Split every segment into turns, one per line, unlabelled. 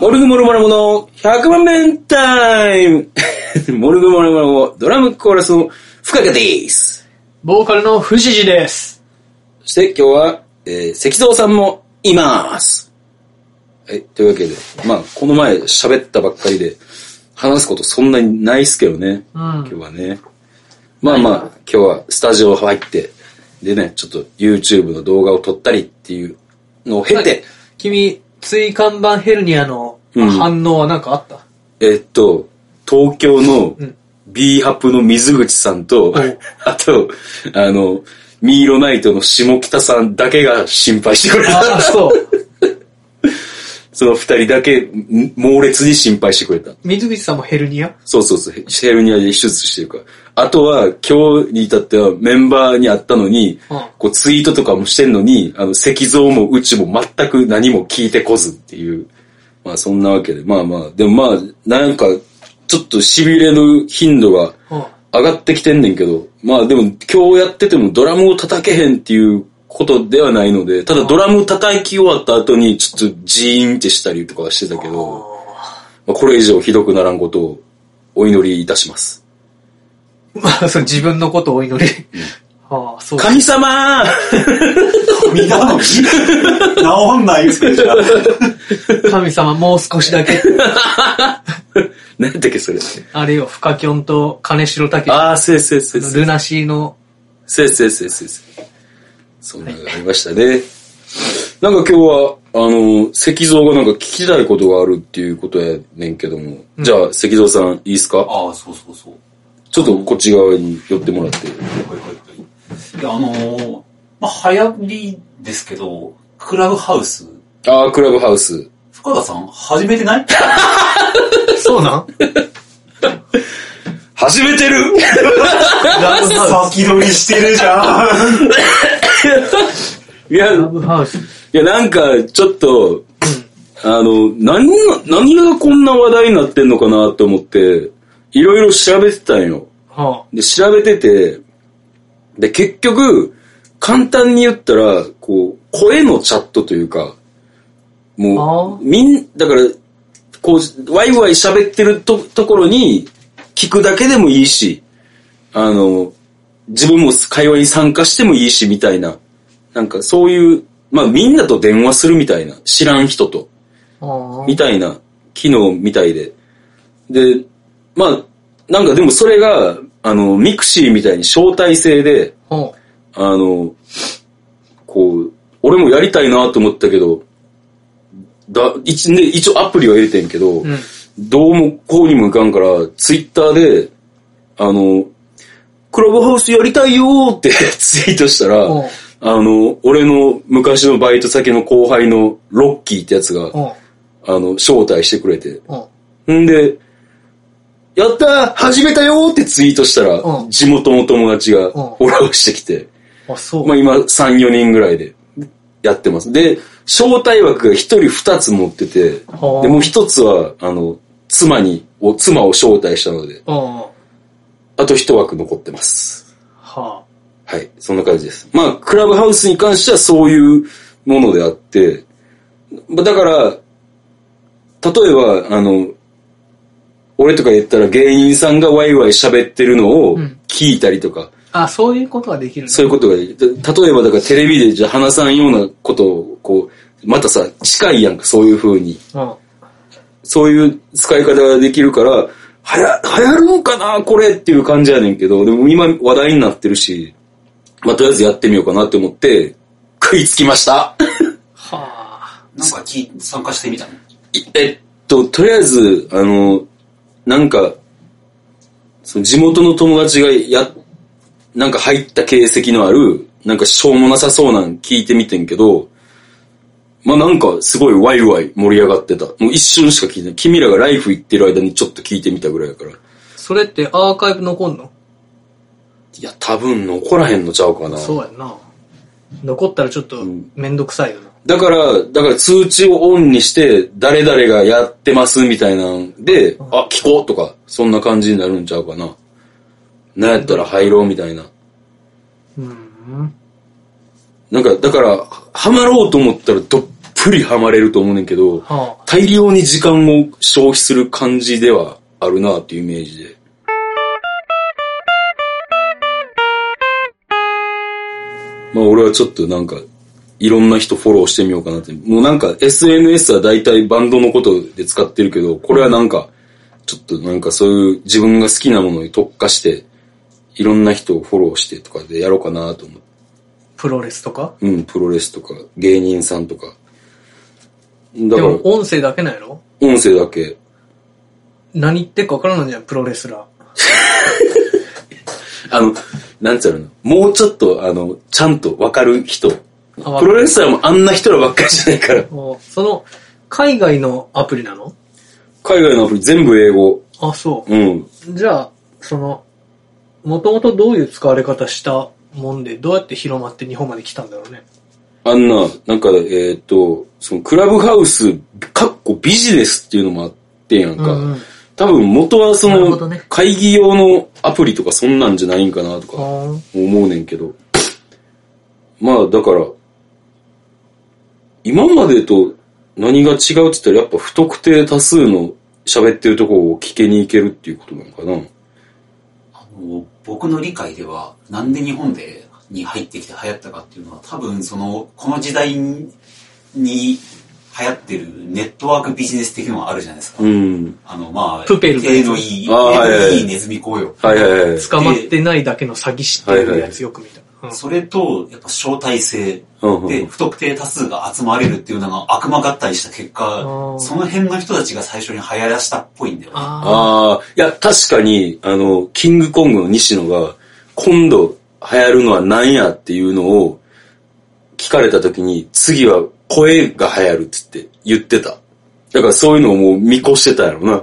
モルグモルマルモの100万面タイム モルグモルマルモドラムコーラスの深川です。
ボーカルの藤次です。
そして今日は、えー石蔵さんもいます。はい、というわけで、まあ、この前喋ったばっかりで、話すことそんなにないっすけどね、
うん
今日はね。まあまあ、今日はスタジオ入って、でね、ちょっと YouTube の動画を撮ったりっていうのを経て、
君、椎間板ヘルニアの
うん
反応は何かあった、
えっと、東京の
うん
B ハプの水口さんと、
はい
あと、あの、ミーロナイトの下北さんだけが心配してくれ
ああ、
た。
そう。
その二人だけん猛烈に心配してくれた。
水口さんもヘルニア
そうそうそう、ヘルニアで手術してるから。あとは、今日に至ってはメンバーに会ったのに、
うん
こうツイートとかもしてんのに、あの、石像もうちも全く何も聞いてこずっていう。まあそんなわけで、まあまあ、でもまあ、なんか、ちょっと痺れる頻度が
うん。
上がってきてんねんけど、まあでも今日やっててもドラムを叩けへんっていうことではないので、ただドラム叩き終わった後にちょっとジーンってしたりとかはしてたけど、まあ、これ以上ひどくならんことをお祈りいたします。
まあ、そう、自分のことをお祈り。ああ、そう。
神様
みんなの治んないですけど、じゃあ
神様、もう少しだ け。
何やったっけそれ。
あれよ、フカキョンと金城武
ああ、せいせいせいせい。
ルナシーの、
せいせいせいせいせい。そんなのがありましたね。なんか今日は、あの、石像がなんか聞きたいことがあるっていうことやねんけども、じゃあ石像さんいいっすか
ああ、そうそうそう。
ちょっとこっち側に寄ってもらって。
はいはいはい。いや、あのー、まあ、流行りですけど、クラブハウス、
ああ、クラブハウス。
深田さん、始めてない
そうなん
始めてる
先取りしてるじゃん。
いや、
ラブハウス。
い や、なんか、ちょっと、あの、何が、何がこんな話題になってんのかなと思って、いろいろ調べてたんよ。
は
で、調べてて、で、結局、簡単に言ったら、こう、声のチャットというか、
あ
も
ー
う、みん、だから、こう、ワイワイ喋ってるとところに、聞くだけでもいいし、あの、自分も会話に参加してもいいし、みたいな。なんか、そういう、まあ、みんなと電話するみたいな。知らん人と。
あ。ああ
みたいな機能みたいで。で、まあ、なんかでもそれが、あの、ミクシーみたいに招待制で、
うん
あの、こう、俺もやりたいなと思ったけど、だ一ね、一応アプリは入れてんけど、
うん。
どうもこうにもいかんから、ツイッターで、あの、クラブハウスやりたいよーって ツイートしたら、
うん
あの、俺の昔のバイト先の後輩のロッキーってやつが、
う
あ
ん。
の、招待してくれて、
うん。
んで、やったー始めたよーってツイートしたら、
うん
地元の友達がフ
ん
ォローしてきて、
あ、そう。
まあ今3、4人ぐらいでやってます。で、招待枠が1人2つ持ってて、で、
はあ
もう1つは、あの、妻に、お妻を招待したので、
うん。は
あと1枠残ってます。
あ。
はい、そんな感じです。まあ、クラブハウスに関してはそういうものであって、まあだから、例えば、あの、俺とか言ったら芸人さんがワイワイ喋ってるのを
うん
聞いたりとか、
あ、そういうことができるの
そういうことができる、た例えばだからテレビでじゃあ話さんようなことを、こう、またさ、近いやんか、そういう風に。
うん。
そういう使い方ができるから、はや、流行るのかなこれっていう感じやねんけど、でも今話題になってるし、まあ、とりあえずやってみようかなって思って、食いつきました。
はあ。
なんかき参加してみたの
いえっと、とりあえず、あの、なんか、その地元の友達がや、なんか入った形跡のある、なんかしょうもなさそうなん聞いてみてんけど、まあなんかすごいワイワイ盛り上がってた。もう一瞬しか聞いてない。君らがライフ行ってる間にちょっと聞いてみたぐらいだから。い
それってアーカイブ残んの
や、多分残らへんのちゃうかな。
そうやんな。残ったらちょっと
ん
めんどくさいよ
だ
な。
から、だから通知をオンにして、誰々がやってますみたいなんで、あ、聞こうとか、そんな感じになるんちゃうかな。なんやったら入ろうみたいな。
うん。
なんか、だから、はまろうと思ったら、どっぷくりはまれると思うねんけど、
はあ、
大量に時間を消費する感じではあるなっていうイメージで。まあ俺はちょっとなんか、いろんな人フォローしてみようかなって。もうなんか SNS は大体バンドのことで使ってるけど、これはなんか、ちょっとなんかそういう自分が好きなものに特化して、いろんな人をフォローしてとかでやろうかなと思って。
プロレスとか
うん、プロレスとか、芸人さんとか。だ
で
から、
も音声だけなんやろ
音声だけ。
何言ってるか分からないんじゃん、プロレスラー。
あの、なんつうの、もうちょっと、あの、ちゃんとわかる人。
あわ
プロレスラーもあんな人らばっかりじゃないから。
おその、海外のアプリなの
海外のアプリ全部英語。
あ、そ
うん。
う。じゃあ、その、もともとどういう使われ方したもんで、どうやって広まって日本まで来たんだろうね。
あんな、なんか、えーっと、その、クラブハウス、かっこビジネスっていうのもあってやんか。
うんうん
多分元はそ
なるほ
の、
どね
会議用のアプリとかそんなんじゃないんかなとか。
あー
思うねんけど。まあだから、今までと何が違うって言ったらやっぱ不特定多数の喋ってるとこを聞けに行けるっていうことなのかな。
あの僕の理解では、なんで日本でに入ってきて流行ったかっていうのは、多分その、この時代に流行ってるネットワークビジネス的のはあるじゃないですか。
うん。
あの、まあ、
プペル
手のいい、手
あーはいはい
のいいネズミ公よ。
はいはいはい。
捕まってないだけの詐欺師っていうやつよく見た。うん
それと、やっぱ招待制
うんうん
で、不特定多数が集まれるっていうのが悪魔合体した結果
ー、
その辺の人たちが最初に流行らしたっぽいんだよね。
あ
ああ、いや確かに、あの、キングコングの西野が今度流行るのは何やっていうのを聞かれた時に次は声が流行るっつって言ってた。だからそういうのをもう見越してたやろな。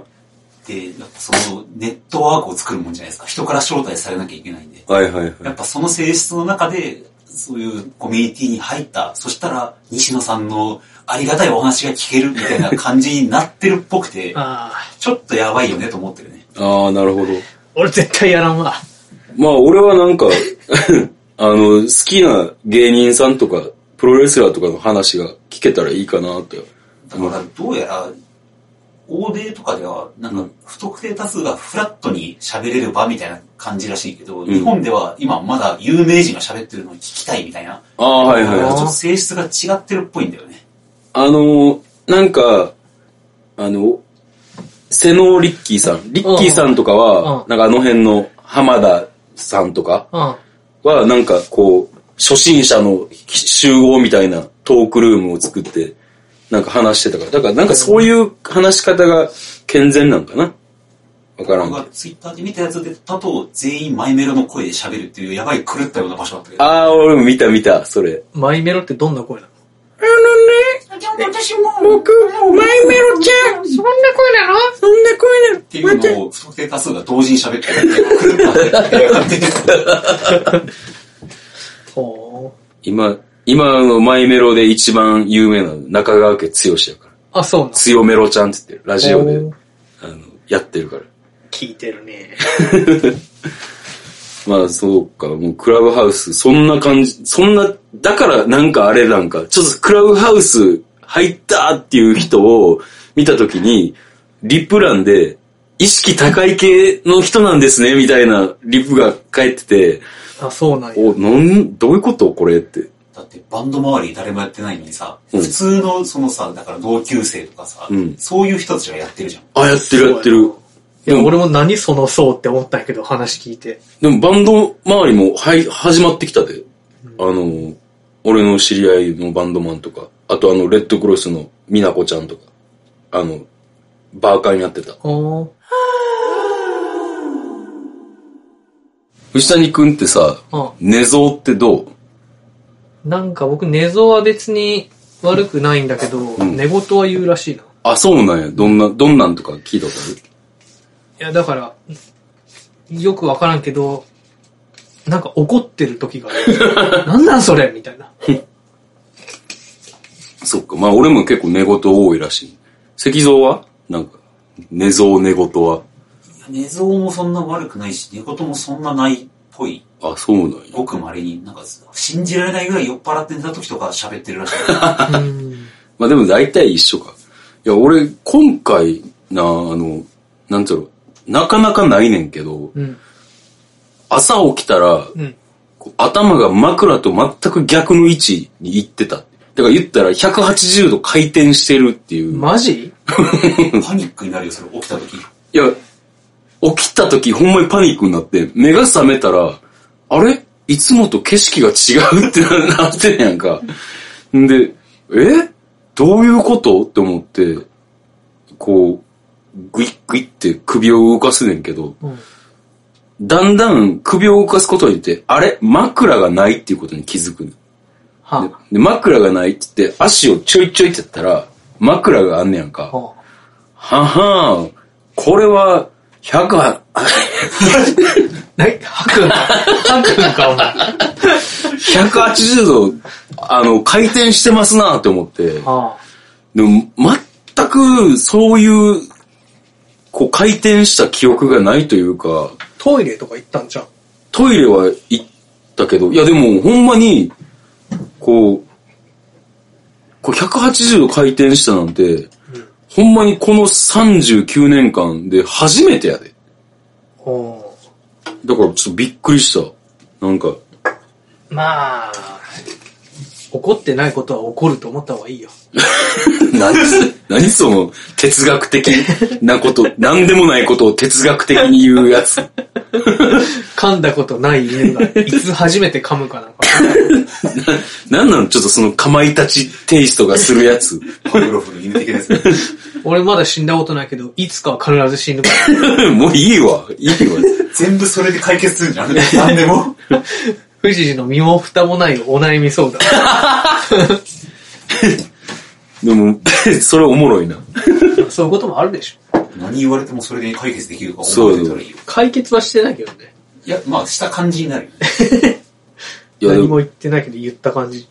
で、やっぱそのネットワークを作るもんじゃないですか。人から招待されなきゃいけないんで。
はいはいはい。
やっぱその性質の中で、そういうコミュニティに入った、そしたら西野さんのありがたいお話が聞けるみたいな感じになってるっぽく て
あ。、ああ。
ちょっとやばいよねと思ってるね。
ああ、なるほど。
俺絶対やらんわ。
まあ、俺はなんか、 あの、好きな芸人さんとか、プロレスラーとかの話が聞けたらいいかなって。
だからどうやら、欧米とかでは、なんか、不特定多数がフラットに喋れる場みたいな感じらしいけど、
ん
日本では今まだ有名人が喋ってるのを聞きたいみたいな、
ああ、はい
なんか
はい。
ちょっと性質が違ってるっぽいんだよね。
あの、なんか、あの、瀬能リッキーさん。リッキーさんとかは、
うん
なんかあの辺の浜田さんとか
うん。
は、なんかこう、初心者の集合みたいなトークルームを作って、なんか話してたから。だからなんかそういう話し方が健全なんかなわからん
僕
けど
がツイッターで見たやつでだと、全員マイメロの声で喋るっていう、やばい狂ったような場所だったけど。
ああ、俺も見た見た、それ。
マイメロってどんな声なの
あのね、私も、僕、マイメロちゃん、そんな声なのそんな声なの
っていうのを、不特定多数が同時に喋ってるっていう狂 ったね
ほう。
今、今のマイメロで一番有名なの中川家強しやから。
あ、そうなの
強メロちゃんって言ってる。ラジオで
ほう、
あの、やってるから。
聞いて るね。
まあ、そうか、もうクラブハウス、そんな感じ、そんな、だからなんかあれなんか、ちょっとクラブハウス入ったっていう人を見たときに、リプ欄で、意識高い系の人なんですね、みたいなリプが返ってて、
あ、そうなんや。
お、なん、どういうことこれって。
だってバンド周り誰もやってないのにさ、
うん
普通のそのさ、だから同級生とかさ、
うん
そういう人たちがやってるじゃん。
あ、やってるやってる。
いや、
うん
俺も何その層って思ったんやけど、話聞いて。
でもバンド周りも、はい、始まってきたで。あの、俺の知り合いのバンドマンとか、あとあの、レッドクロスのみなこちゃんとか、あの、バーカーになってた。
ほう。
藤谷くんってさ、
うん
寝相ってどう
なんか僕、寝相は別に悪くないんだけど、
ん
寝言は言うらしいな。い
あ、そうなんや。どんな、どんなんとか聞いたこと
や、だから、よくわからんけど、なんか怒ってる時があ る。なんなんそれみたいな。
あるそっか。まあ俺も結構寝言多いらしい。石像はなんか、寝相寝言は。
いや寝相もそんな悪くないし、寝言もそんなないっぽい。
あ、そうなんや。
ごく稀に、なんか、信じられないぐらい酔っ払って寝た時とか喋ってるらしい。
うん
まあでも大体一緒か。いや、俺、今回、な、あの、なんていうの、なかなかないねんけど、
うん。
朝起きたら、
うん。
こう頭が枕と全く逆の位置に行ってた。だから言ったら180度回転してるっていう。
マジ
パニックになるよ、それ起きた時。
いや、起きた時ほんまにパニックになって、目が覚めたら、あれいつもと景色が違うってななってんやんか。んで、えどういうことって思って、こう、グイッグイって首を動かすねんけど、
うん。
だんだん首を動かすことによって、あれ枕がないっていうことに気づくねん
は
で、枕がないって言って、足をちょいちょいってやったら、枕があんねやんか
あ。。は
はんはん、これは、100は、
あ。えはくんか。はくんか、お前。
180度、あの、回転してますなって思って、
は
でも、全く、そういう、こう、回転した記憶がないというか、
あ。トイレとか行ったんじゃん。
トイレは行ったけど、いやでも、ほんまに、こう、こう180度回転したなんて、ほんまにこの39年間で初めてやで。
おー
だからちょっとびっくりした。なんか、
まあ、怒ってないことは怒ると思った方がいいよ。
何そ、何その哲学的なこと、何でもないことを哲学的に言うやつ。
噛んだことない犬 が、いつ初めて噛むかなんか。
なんなのちょっとそのかまいたちテイストがするやつ。
パブロフの犬的ですね。
俺まだ死んだことないけど、いつかは必ず死ぬから。
もういいわ、いいわ。
全部それで解決するんじゃん。何で も。
富士寺の身も蓋もないお悩み相談。
でも、 それおもろいな。
そういうこともあるでしょ。
何言われてもそれで解決できるか
そ
思
う
ってたらいいよ。
解決はしてないけどね。
いや、まあ、した感じになるよ。
いやで
何も
も、
言ってないけど言った感じ。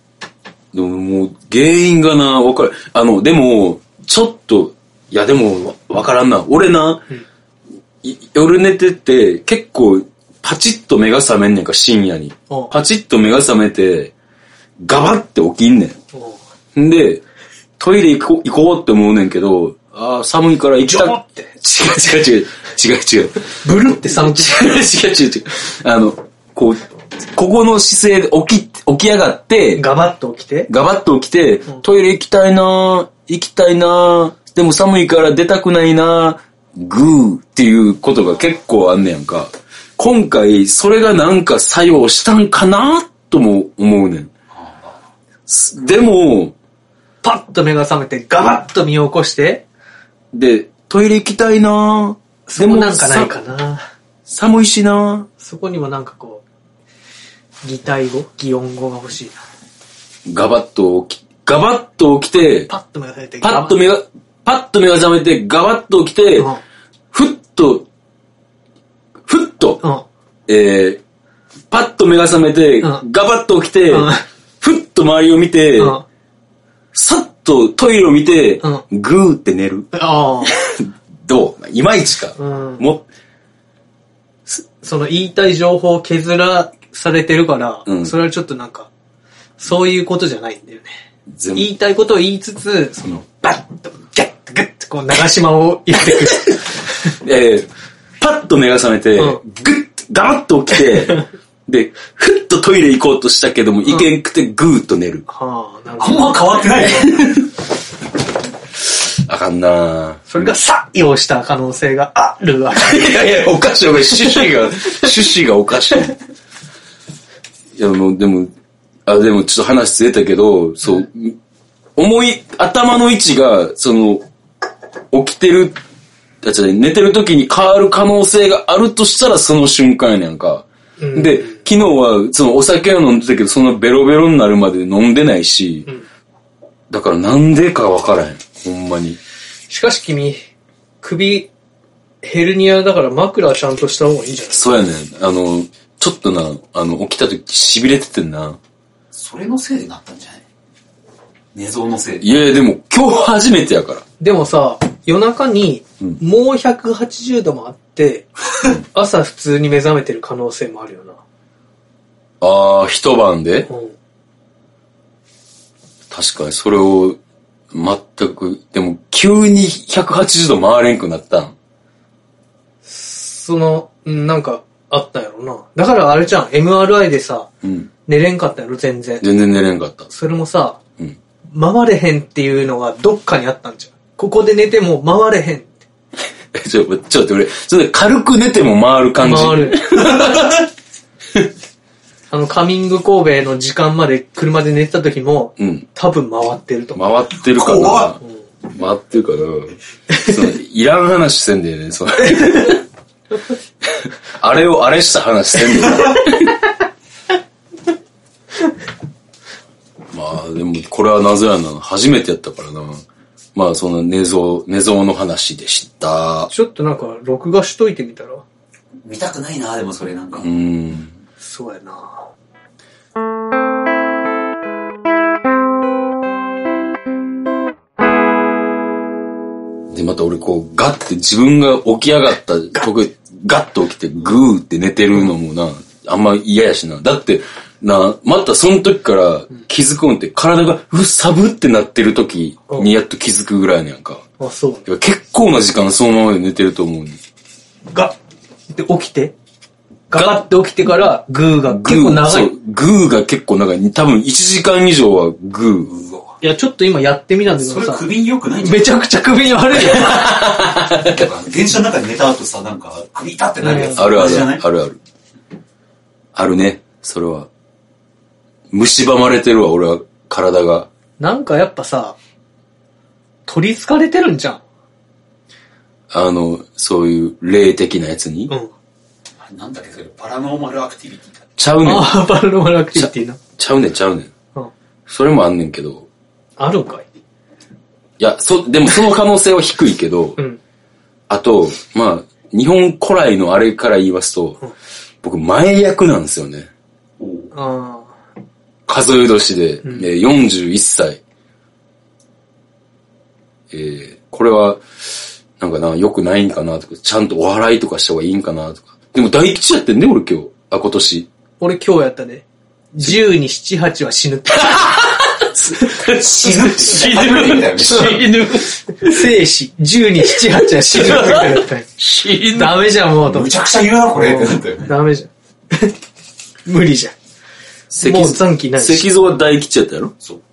でももう原因がな、わかる。あの、でも、ちょっと、いやでも、わわからんな。俺な、
うん
い夜寝てて、結構、パチッと目が覚めんねんか、深夜に。
おう
パチッと目が覚めて、ガバって起きんねん。
おうん
で、トイレ行こう行こうって思うねんけど、ああ、寒いから行きた
ジョボっ
く違う違う違う。違う違う。
ブルって寒く
違う違う違う違う。あの、こう、ここの姿勢で起き、起き上がって、
ガバッと起きて。
ガバッと起きて、トイレ行きたいなぁ行きたいなぁでも寒いから出たくないなぁグーっていうことが結構あんねやんか。今回、それがなんか作用したんかなとも思うねん。すでも、
パッと目が覚めて、ガバッと身を起こして、
で、トイレ行きたいなぁ
そ
で
こ
も
なんかないか
さ
な。
寒いしな
そこにもなんかこう、擬態語擬音語が欲しいな。
ぁガバッと起き、ガバッと起きて、
パッと目が覚めて、
パッと
目
目が、パッと目が覚めて、ガバッと起きて、
うん。
ふっと、ふっと、
うん。
えー、パッと目が覚めて、
うん
ガバッと起きて、
うん
ふっと周りを見て、
うん。あ
さっとトイレを見て、
う
グーって寝る。
あ。
どういまいちか。
うん
も
その言いたい情報を削らされてるから、
うん
それはちょっとなんか、そういうことじゃないんだよね。
全
言いたいことを言いつつ、その、バッと、ギャッと、ギャッと、こう、長島を入れて
えー、パッと目が覚めて、
うん
グッとガバッと起き て、で、ふっとトイレ行こうとしたけども、行けんくてグーっと寝る。
く。はあ、なる
あ
ほ
ん
ど。
ま変わってないよ。
あかんなぁ。
それが作用した可能性があるわ。
いやいや、おかしい、おかしい。趣旨が、趣旨がおかしい。いや、もう、でも、あ、でもちょっと話ずれたけど、そう、思い、頭の位置が、その、起きてる、あ、違う、寝てる時に変わる可能性があるとしたらその瞬間やねんか。
うん
で、昨日は、そのお酒を飲んでたけど、そのベロベロになるまで飲んでないし、
ん
だからなんでかわからへん。ほんまに。
しかし君、首、ヘルニアだから枕はちゃんとした方がいいんじゃない
そうやねん。あの、ちょっとな、あの、起きた時痺れててんな。
それのせいでなったんじゃない寝相のせいで。
いやいや、でも今日初めてやから。
でもさ、夜中に
うん、
もう180度もあって、 朝普通に目覚めてる可能性もあるよな。
ああ、一晩で
うん。
確かにそれを、全く、でも急に180度回れんくなったん。
その、うんなんか、あったんやろな。だからあれじゃん、MRI でさ、
うん。
寝れんかったやろ、全然。
全然寝れんかった。
それもさ、
うん。
回れへんっていうのがどっかにあったんじゃん。ここで寝ても回れへんって。
えちょ、ちょっと待って、俺、それ軽く寝ても回る感じ。
回る。あの、カミング神戸の時間まで車で寝てた時も、
うん。
多分回ってると思う。
回ってるか
怖
な回ってるかなそのいらん話せんでね、その あれをあれした話せんで まあ、でも、これは謎やな。初めてやったからな。まあ、その寝相、寝相の話でした。
ちょっとなんか、録画しといてみたら
見たくないな、でもそれなんか
う。ん。
そうやな
で、また俺こう、ガッて自分が起き上がった、僕、ガッと起きてグーって寝てるのもな、あんま嫌やしな。だって、な、またその時から気づくんって、体が、うっ、サブってなってる時にやっと気づくぐらいのやんか。
あ、そうね
てか結構な時間そのままで寝てると思うねん
が、で、起きて。ガガって起きてから、グーが
グー
結構長い
そう。グーが結構長い。多分1時間以上はグー。
うわ
いや、ちょっと今やってみたんだけ
そ
ど
れ
さ、
首に良くないんじゃ
めちゃくちゃ首に 悪いよ。
ないなんか電車の中で寝た後さ、なんか首痛ってなるやつ。
あるあ
同じ
る
じゃない。
あるある。あるね。それは。蝕まれてるわ、俺は、体が。
なんかやっぱさ、取り憑かれてるんじゃん。
あの、そういう霊的なやつに。
うん。
あれなんだっけ、それパラノーマルアクティビティだ。
ちゃうねん。
ああ、パラノーマルアクティビティな。
ちゃうねん、ちゃうねん。
うん。
それもあんねんけど。
あるんかい。
いや、そ、でもその可能性は低いけど
う、ん。
あと、まあ、日本古来のあれから言いますと
うん、
僕、前役なんですよね。
おう
ああ。
数え年で、
うん
えー41歳。えーこれは、なんかな、良くないんかなとか、ちゃんとお祓いとかした方がいいんかなとか。でも大吉やってんね、俺今日。あ、今年。
俺今日やったで。10に7、8は死ぬって。
死ぬ、死
ぬ
ぬ。生死。10に7、8は死ぬって言ったよ
死ぬ。
ダメじゃん、もうと思
む
っ
ち
て。
ゃくちゃ言うな、これってなったよね。
ダメじゃん。無理じゃん。
石
もう残機ないし
石像は大吉やったやろ
そう。
うん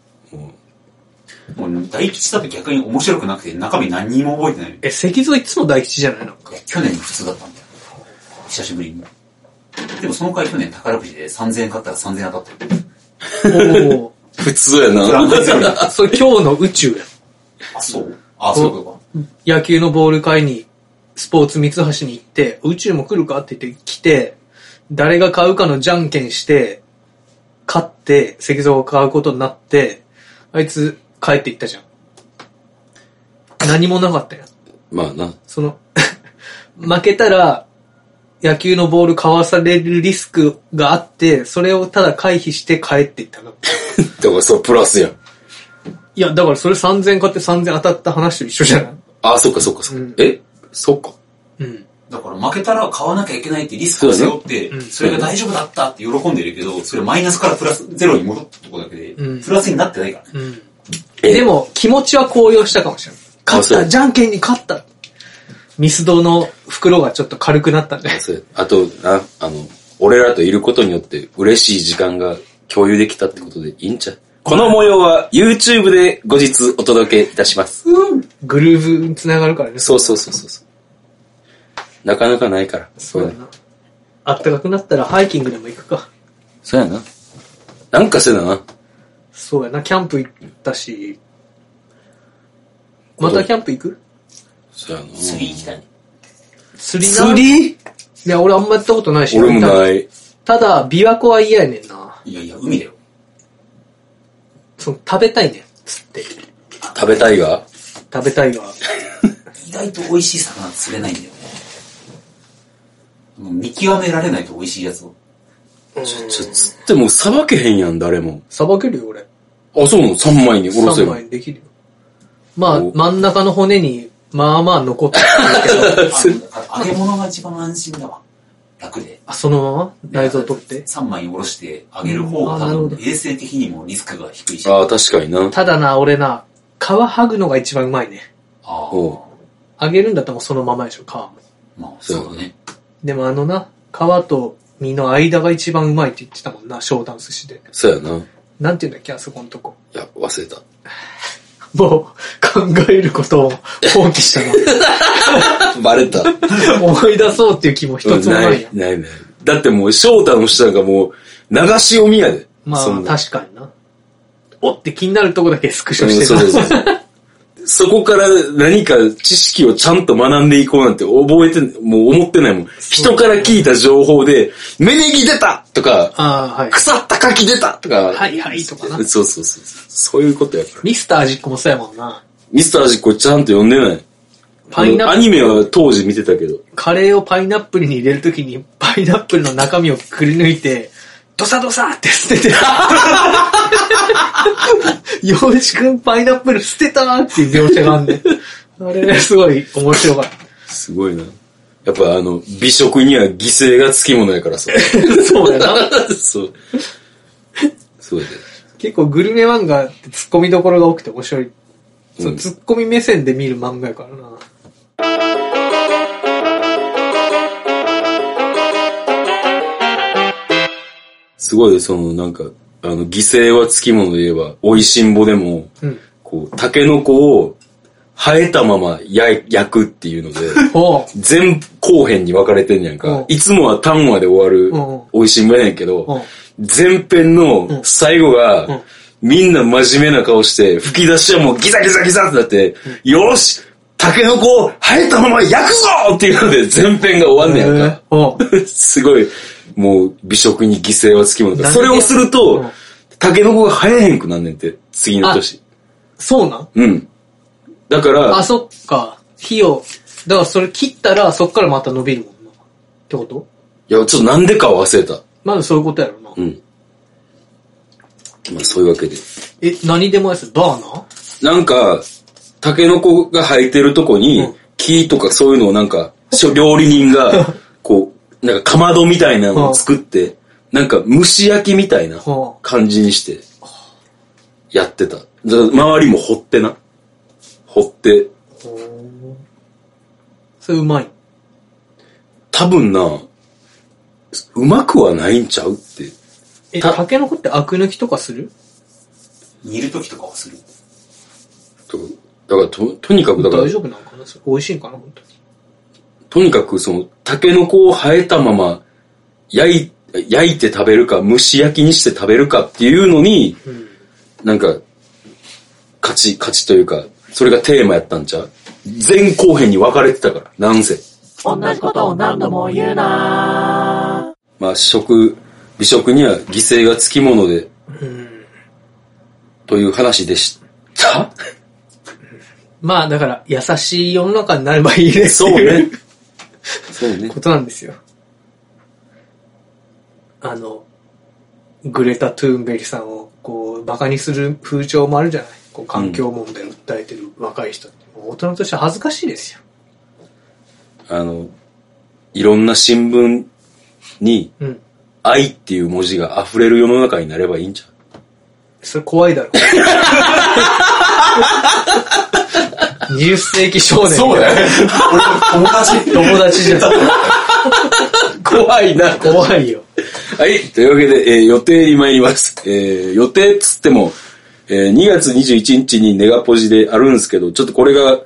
もう大吉だと逆に面白くなくて中身何にも覚えてない。
え、石像いつも大吉じゃ ないの
いや去年普通だったんだよ。久しぶりに。でもその回去年宝くじで3000円買ったら3000円当たってる。
おお。
普通や
それは
な。
当たってるよね
それ今日の宇宙や。
あ、そう。あ、そういうことか。
野球のボール買いに、スポーツ三橋に行って、宇宙も来るかって言って来て、誰が買うかのじゃんけんして、勝って、石像を買うことになって、あいつ帰っていったじゃん。何もなかったよ。
まあな。
その、 負けたら、野球のボール買わされるリスクがあって、それをただ回避して帰っていったの。
だからそう、プラスやん。
いや、だからそれ3000買って3000当たった話と一緒じゃない
あ、そっかそっかそっか。
うん
えそっか。
うん。
だから負けたら買わなきゃいけないってリスクを背負って、
そうだねうん
それが大丈夫だったって喜んでるけど、それマイナスからプラスゼロに戻ったとこだけで、
うん
プラスになってないからね。
うん。でも、気持ちは高揚したかもしれない。勝っ
あそ
た、
う
じゃんけんに勝った。ミスドの袋がちょっと軽くなったんじゃないです
そうあと、な、あの、俺らといることによって嬉しい時間が共有できたってことでいいんちゃうこの模様は YouTube で後日お届けいたします。
か。グルーブにつながるからね。
そうそうそうそうそう。なかなかないから。
そうやな。あったかくなったらハイキングでも行くか。
そうやな。なんかしてたな。
そうやな、キャンプ行ったし。またキャンプ行く
そうやな。
釣り行きたい。
釣りな
釣り
いや、俺あんまやったことないし。。
俺もないい。
ただ、琵琶湖は嫌やねんな。
いやいや、海だよ。
その、食べたいねん。釣って。
食べたいが
食べたいわ。
意外と美味しい魚釣れないんだよね。もう見極められないと美味しいやつを。、
ちょ、ちょ、つってもうさばけへんやん、誰も。
さばけるよ、俺。
あ、そうなの ?3 枚におろせ
3
ば
枚。にできるよ。まあ、
お
真ん中の骨に、まあまあ残ってるけど
あ揚げ物が一番安心だわ。楽で。
あ、そのまま内臓取って。
3枚おろして揚げる方
うんあ
が
なる
多
ほど
分衛生的にもリスクが低いし。
ああ、確かにな。
ただな、俺な、皮剥ぐのが一番うまいね。
あ
お
あ。
揚げるんだったらもうそのままでしょ、皮も。
まあ、そうだね。
でもあのな、皮と身の間が一番うまいって言ってたもんな、商談寿司で。
そうやな。い
なんて言うんだっけ、あそこのとこ。
や、忘れた。
もう、考えることを放棄した
バレた。
な。思い出そうっていう気も一つも
な
ない
い
や。。
ないない。だってもう、翔太の人なんかもう、流し読みやで。
ま
そ
あ、
んな
確かにな。おって気になるとこだけスクショして
そ
る
う
な
そうそうそう。そこから何か知識をちゃんと学んでいこうなんて覚えて、もう思ってないもん。人から聞いた情報で、芽ネギ出たとか、
ああ、はい。
腐った柿出たとか。
はいはいとかな
そうそうそう。そういうことやから。
ミスター味っ子もそうやもんな。
ミスター味っ子ちゃんと読んでない。
パイナップル
あのアニメは当時見てたけど。
カレーをパイナップルに入れるときに、 パイナップルの中身をくり抜いて、ドサドサって捨ててた。 ようじくんパイナップル捨てたーっていう描写があんで。あれ、すごい面白かっ
すごいな。やっぱあの、美食には犠牲がつきものやからさ。
た。そうやな。
そう。そうやで。
結構グルメ漫画って突っ込みどころが多くて面白い。そうの
ん
突っ込み目線で見る漫画やからな。
すごい、その、なんか、あの、犠牲はつきもので言えば、美味しんぼでも、
うん。
こう、タケノコを生えたまま焼焼くっていうので、
おう。
前後編に分かれてんねやん
うん
か。いつもは単話で終わる
うんうん
美味しんぼやねんけ
うん
ど、前編の最後
うん
が、みんな真面目な顔して、吹き出しはもうギザギザギザってなって、よーしタケノコを生えたまま焼くぞっていうので前編が終わんねやんか。
えーおう。
すごい、もう美食に犠牲はつきものだ。
なんで
それをする
うん
と、タケノコが生えへんくなんねんて、次の年。
そうなん
うん。だから、
あ、そっか。火を。だからそれ切ったら、そっからまた伸びるもんな。ってこと
いや、ちょっとなんでかは忘れた。
まだそういうことやろな。
うん。まあ、そういうわけで。
え、何でもやつバーナー
なんか、タケノコが生えてるとこに、
うん
木とかそういうのをなんか、諸料理人が、こう、なんかかまどみたいなのを作って、なんか蒸し焼きみたいな
はあ
感じにして、やってた。だ周りも掘ってな。掘って。
それうまい。
多分な、うまくはないんちゃうって。
え、
た
タケノコってアク抜きとかする
煮るときとかはする。
とだからと、とにかく、だから
大、丈夫なのかなそれ美味しいんかな本当に。
とにかくその、タケノコを生えたまま、焼い、焼いて食べるか、蒸し焼きにして食べるかっていうのに、なんか、勝ち、勝ちというか、それがテーマやったんちゃう前後編に分かれてたから、なんせ。
同じことを何度も言うな
まあ、食、美食には犠牲がつきもので、という話でした。
まあ、だから、優しい世の中になればいいねって
そう
いう
ね。そうね
こ。となんですよ。あの、グレタ・トゥーンベリさんを、こう、馬鹿にする風潮もあるじゃない。こう、環境問題を訴えてる若い人って。もう大人として恥ずかしいですよ。
あの、いろんな新聞に、
うん。
愛っていう文字が溢れる世の中になればいいんちゃう
それ怖いだろ。20世紀少年。
そうだよ。俺、友達
友達じゃん。
怖いな。
怖いよ。
はい。というわけで、えー予定に参ります。えー予定っつっても、えー2月21日にネガポジであるんですけど、ちょっとこれが、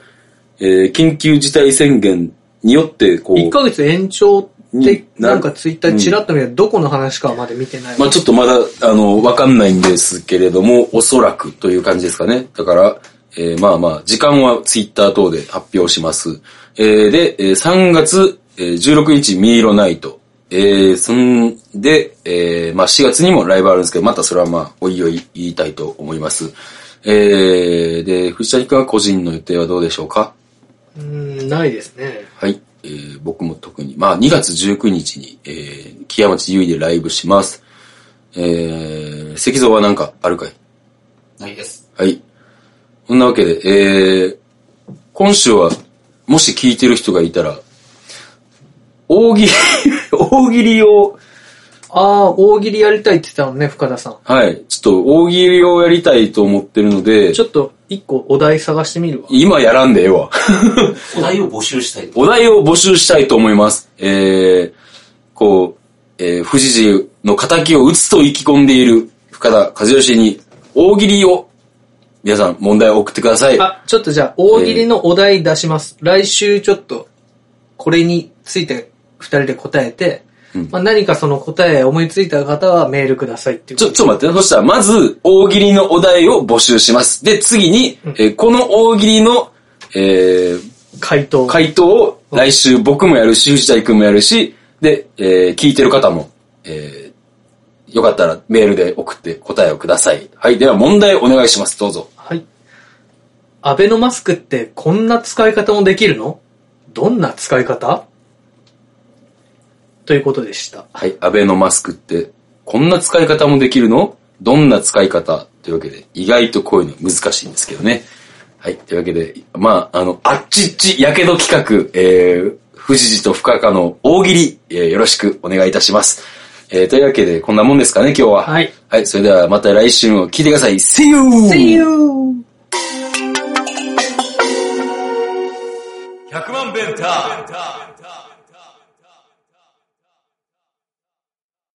えー緊急事態宣言によって、こ
1
う、
ヶ月延長って
に、な
なんかツイッターチラッと見るどこの話かはまで見てない。
まあちょっとまだ、あの、わかんないんですけれども、おそらくという感じですかね。だから、えーまあまあ、時間はツイッター等で発表します。えーで、えー3月えー16日、ミイロナイト。えーそんで、えーまあ4月にもライブあるんですけど、またそれはまあ、おいおい言いたいと思います。えーで、藤谷君は個人の予定はどうでしょうか
うーん、ないですね。
はい。えー僕も特に、まあ2月19日に、えー、木屋町優衣でライブします。えー、石像はなんかあるかい
ないです。
はい。そんなわけで、えー、今週は、もし聞いてる人がいたら、大喜利、 大喜利を、
ああ、大喜利やりたいって言ってたのね、深田さん。
はい、ちょっと大喜利をやりたいと思ってるので、
ちょっと、一個お題探してみるわ。
今やらんでええわ。
お題を募集したいと。
お題を募集したいと思います。えー、こう、えー、富士寺の仇を打つと意気込んでいる深田和義に大喜利を、皆さん問題を送ってください。
あ、ちょっとじゃあ、大喜利のお題出します。来週ちょっと、これについて二人で答えて、
うん
まあ、何かその答え思いついた方はメールくださいっていう。
ちょ、ちょっと待ってね。そしたら、まず、大喜利のお題を募集します。で、次に、えーこの大喜利の、えー、
回答。
回答を来週僕もやるし、藤谷君もやるし、で、えー聞いてる方も、えーよかったらメールで送って答えをください。はい、では問題お願いします。どうぞ。
はい。アベノマスクってこんな使い方もできるのどんな使い方ということでした。
はい、アベノマスクって、こんな使い方もできるのどんな使い方というわけで、意外とこういうの難しいんですけどね。はい、というわけで、まあ、あの、あっちっちやけど企画、えー、富士寺と深川の大喜利、えーよろしくお願いいたします。えー、というわけで、こんなもんですかね、今日は。
はい。
はい、それではまた来週も聞いてください。See you!
See you!
100万ベンター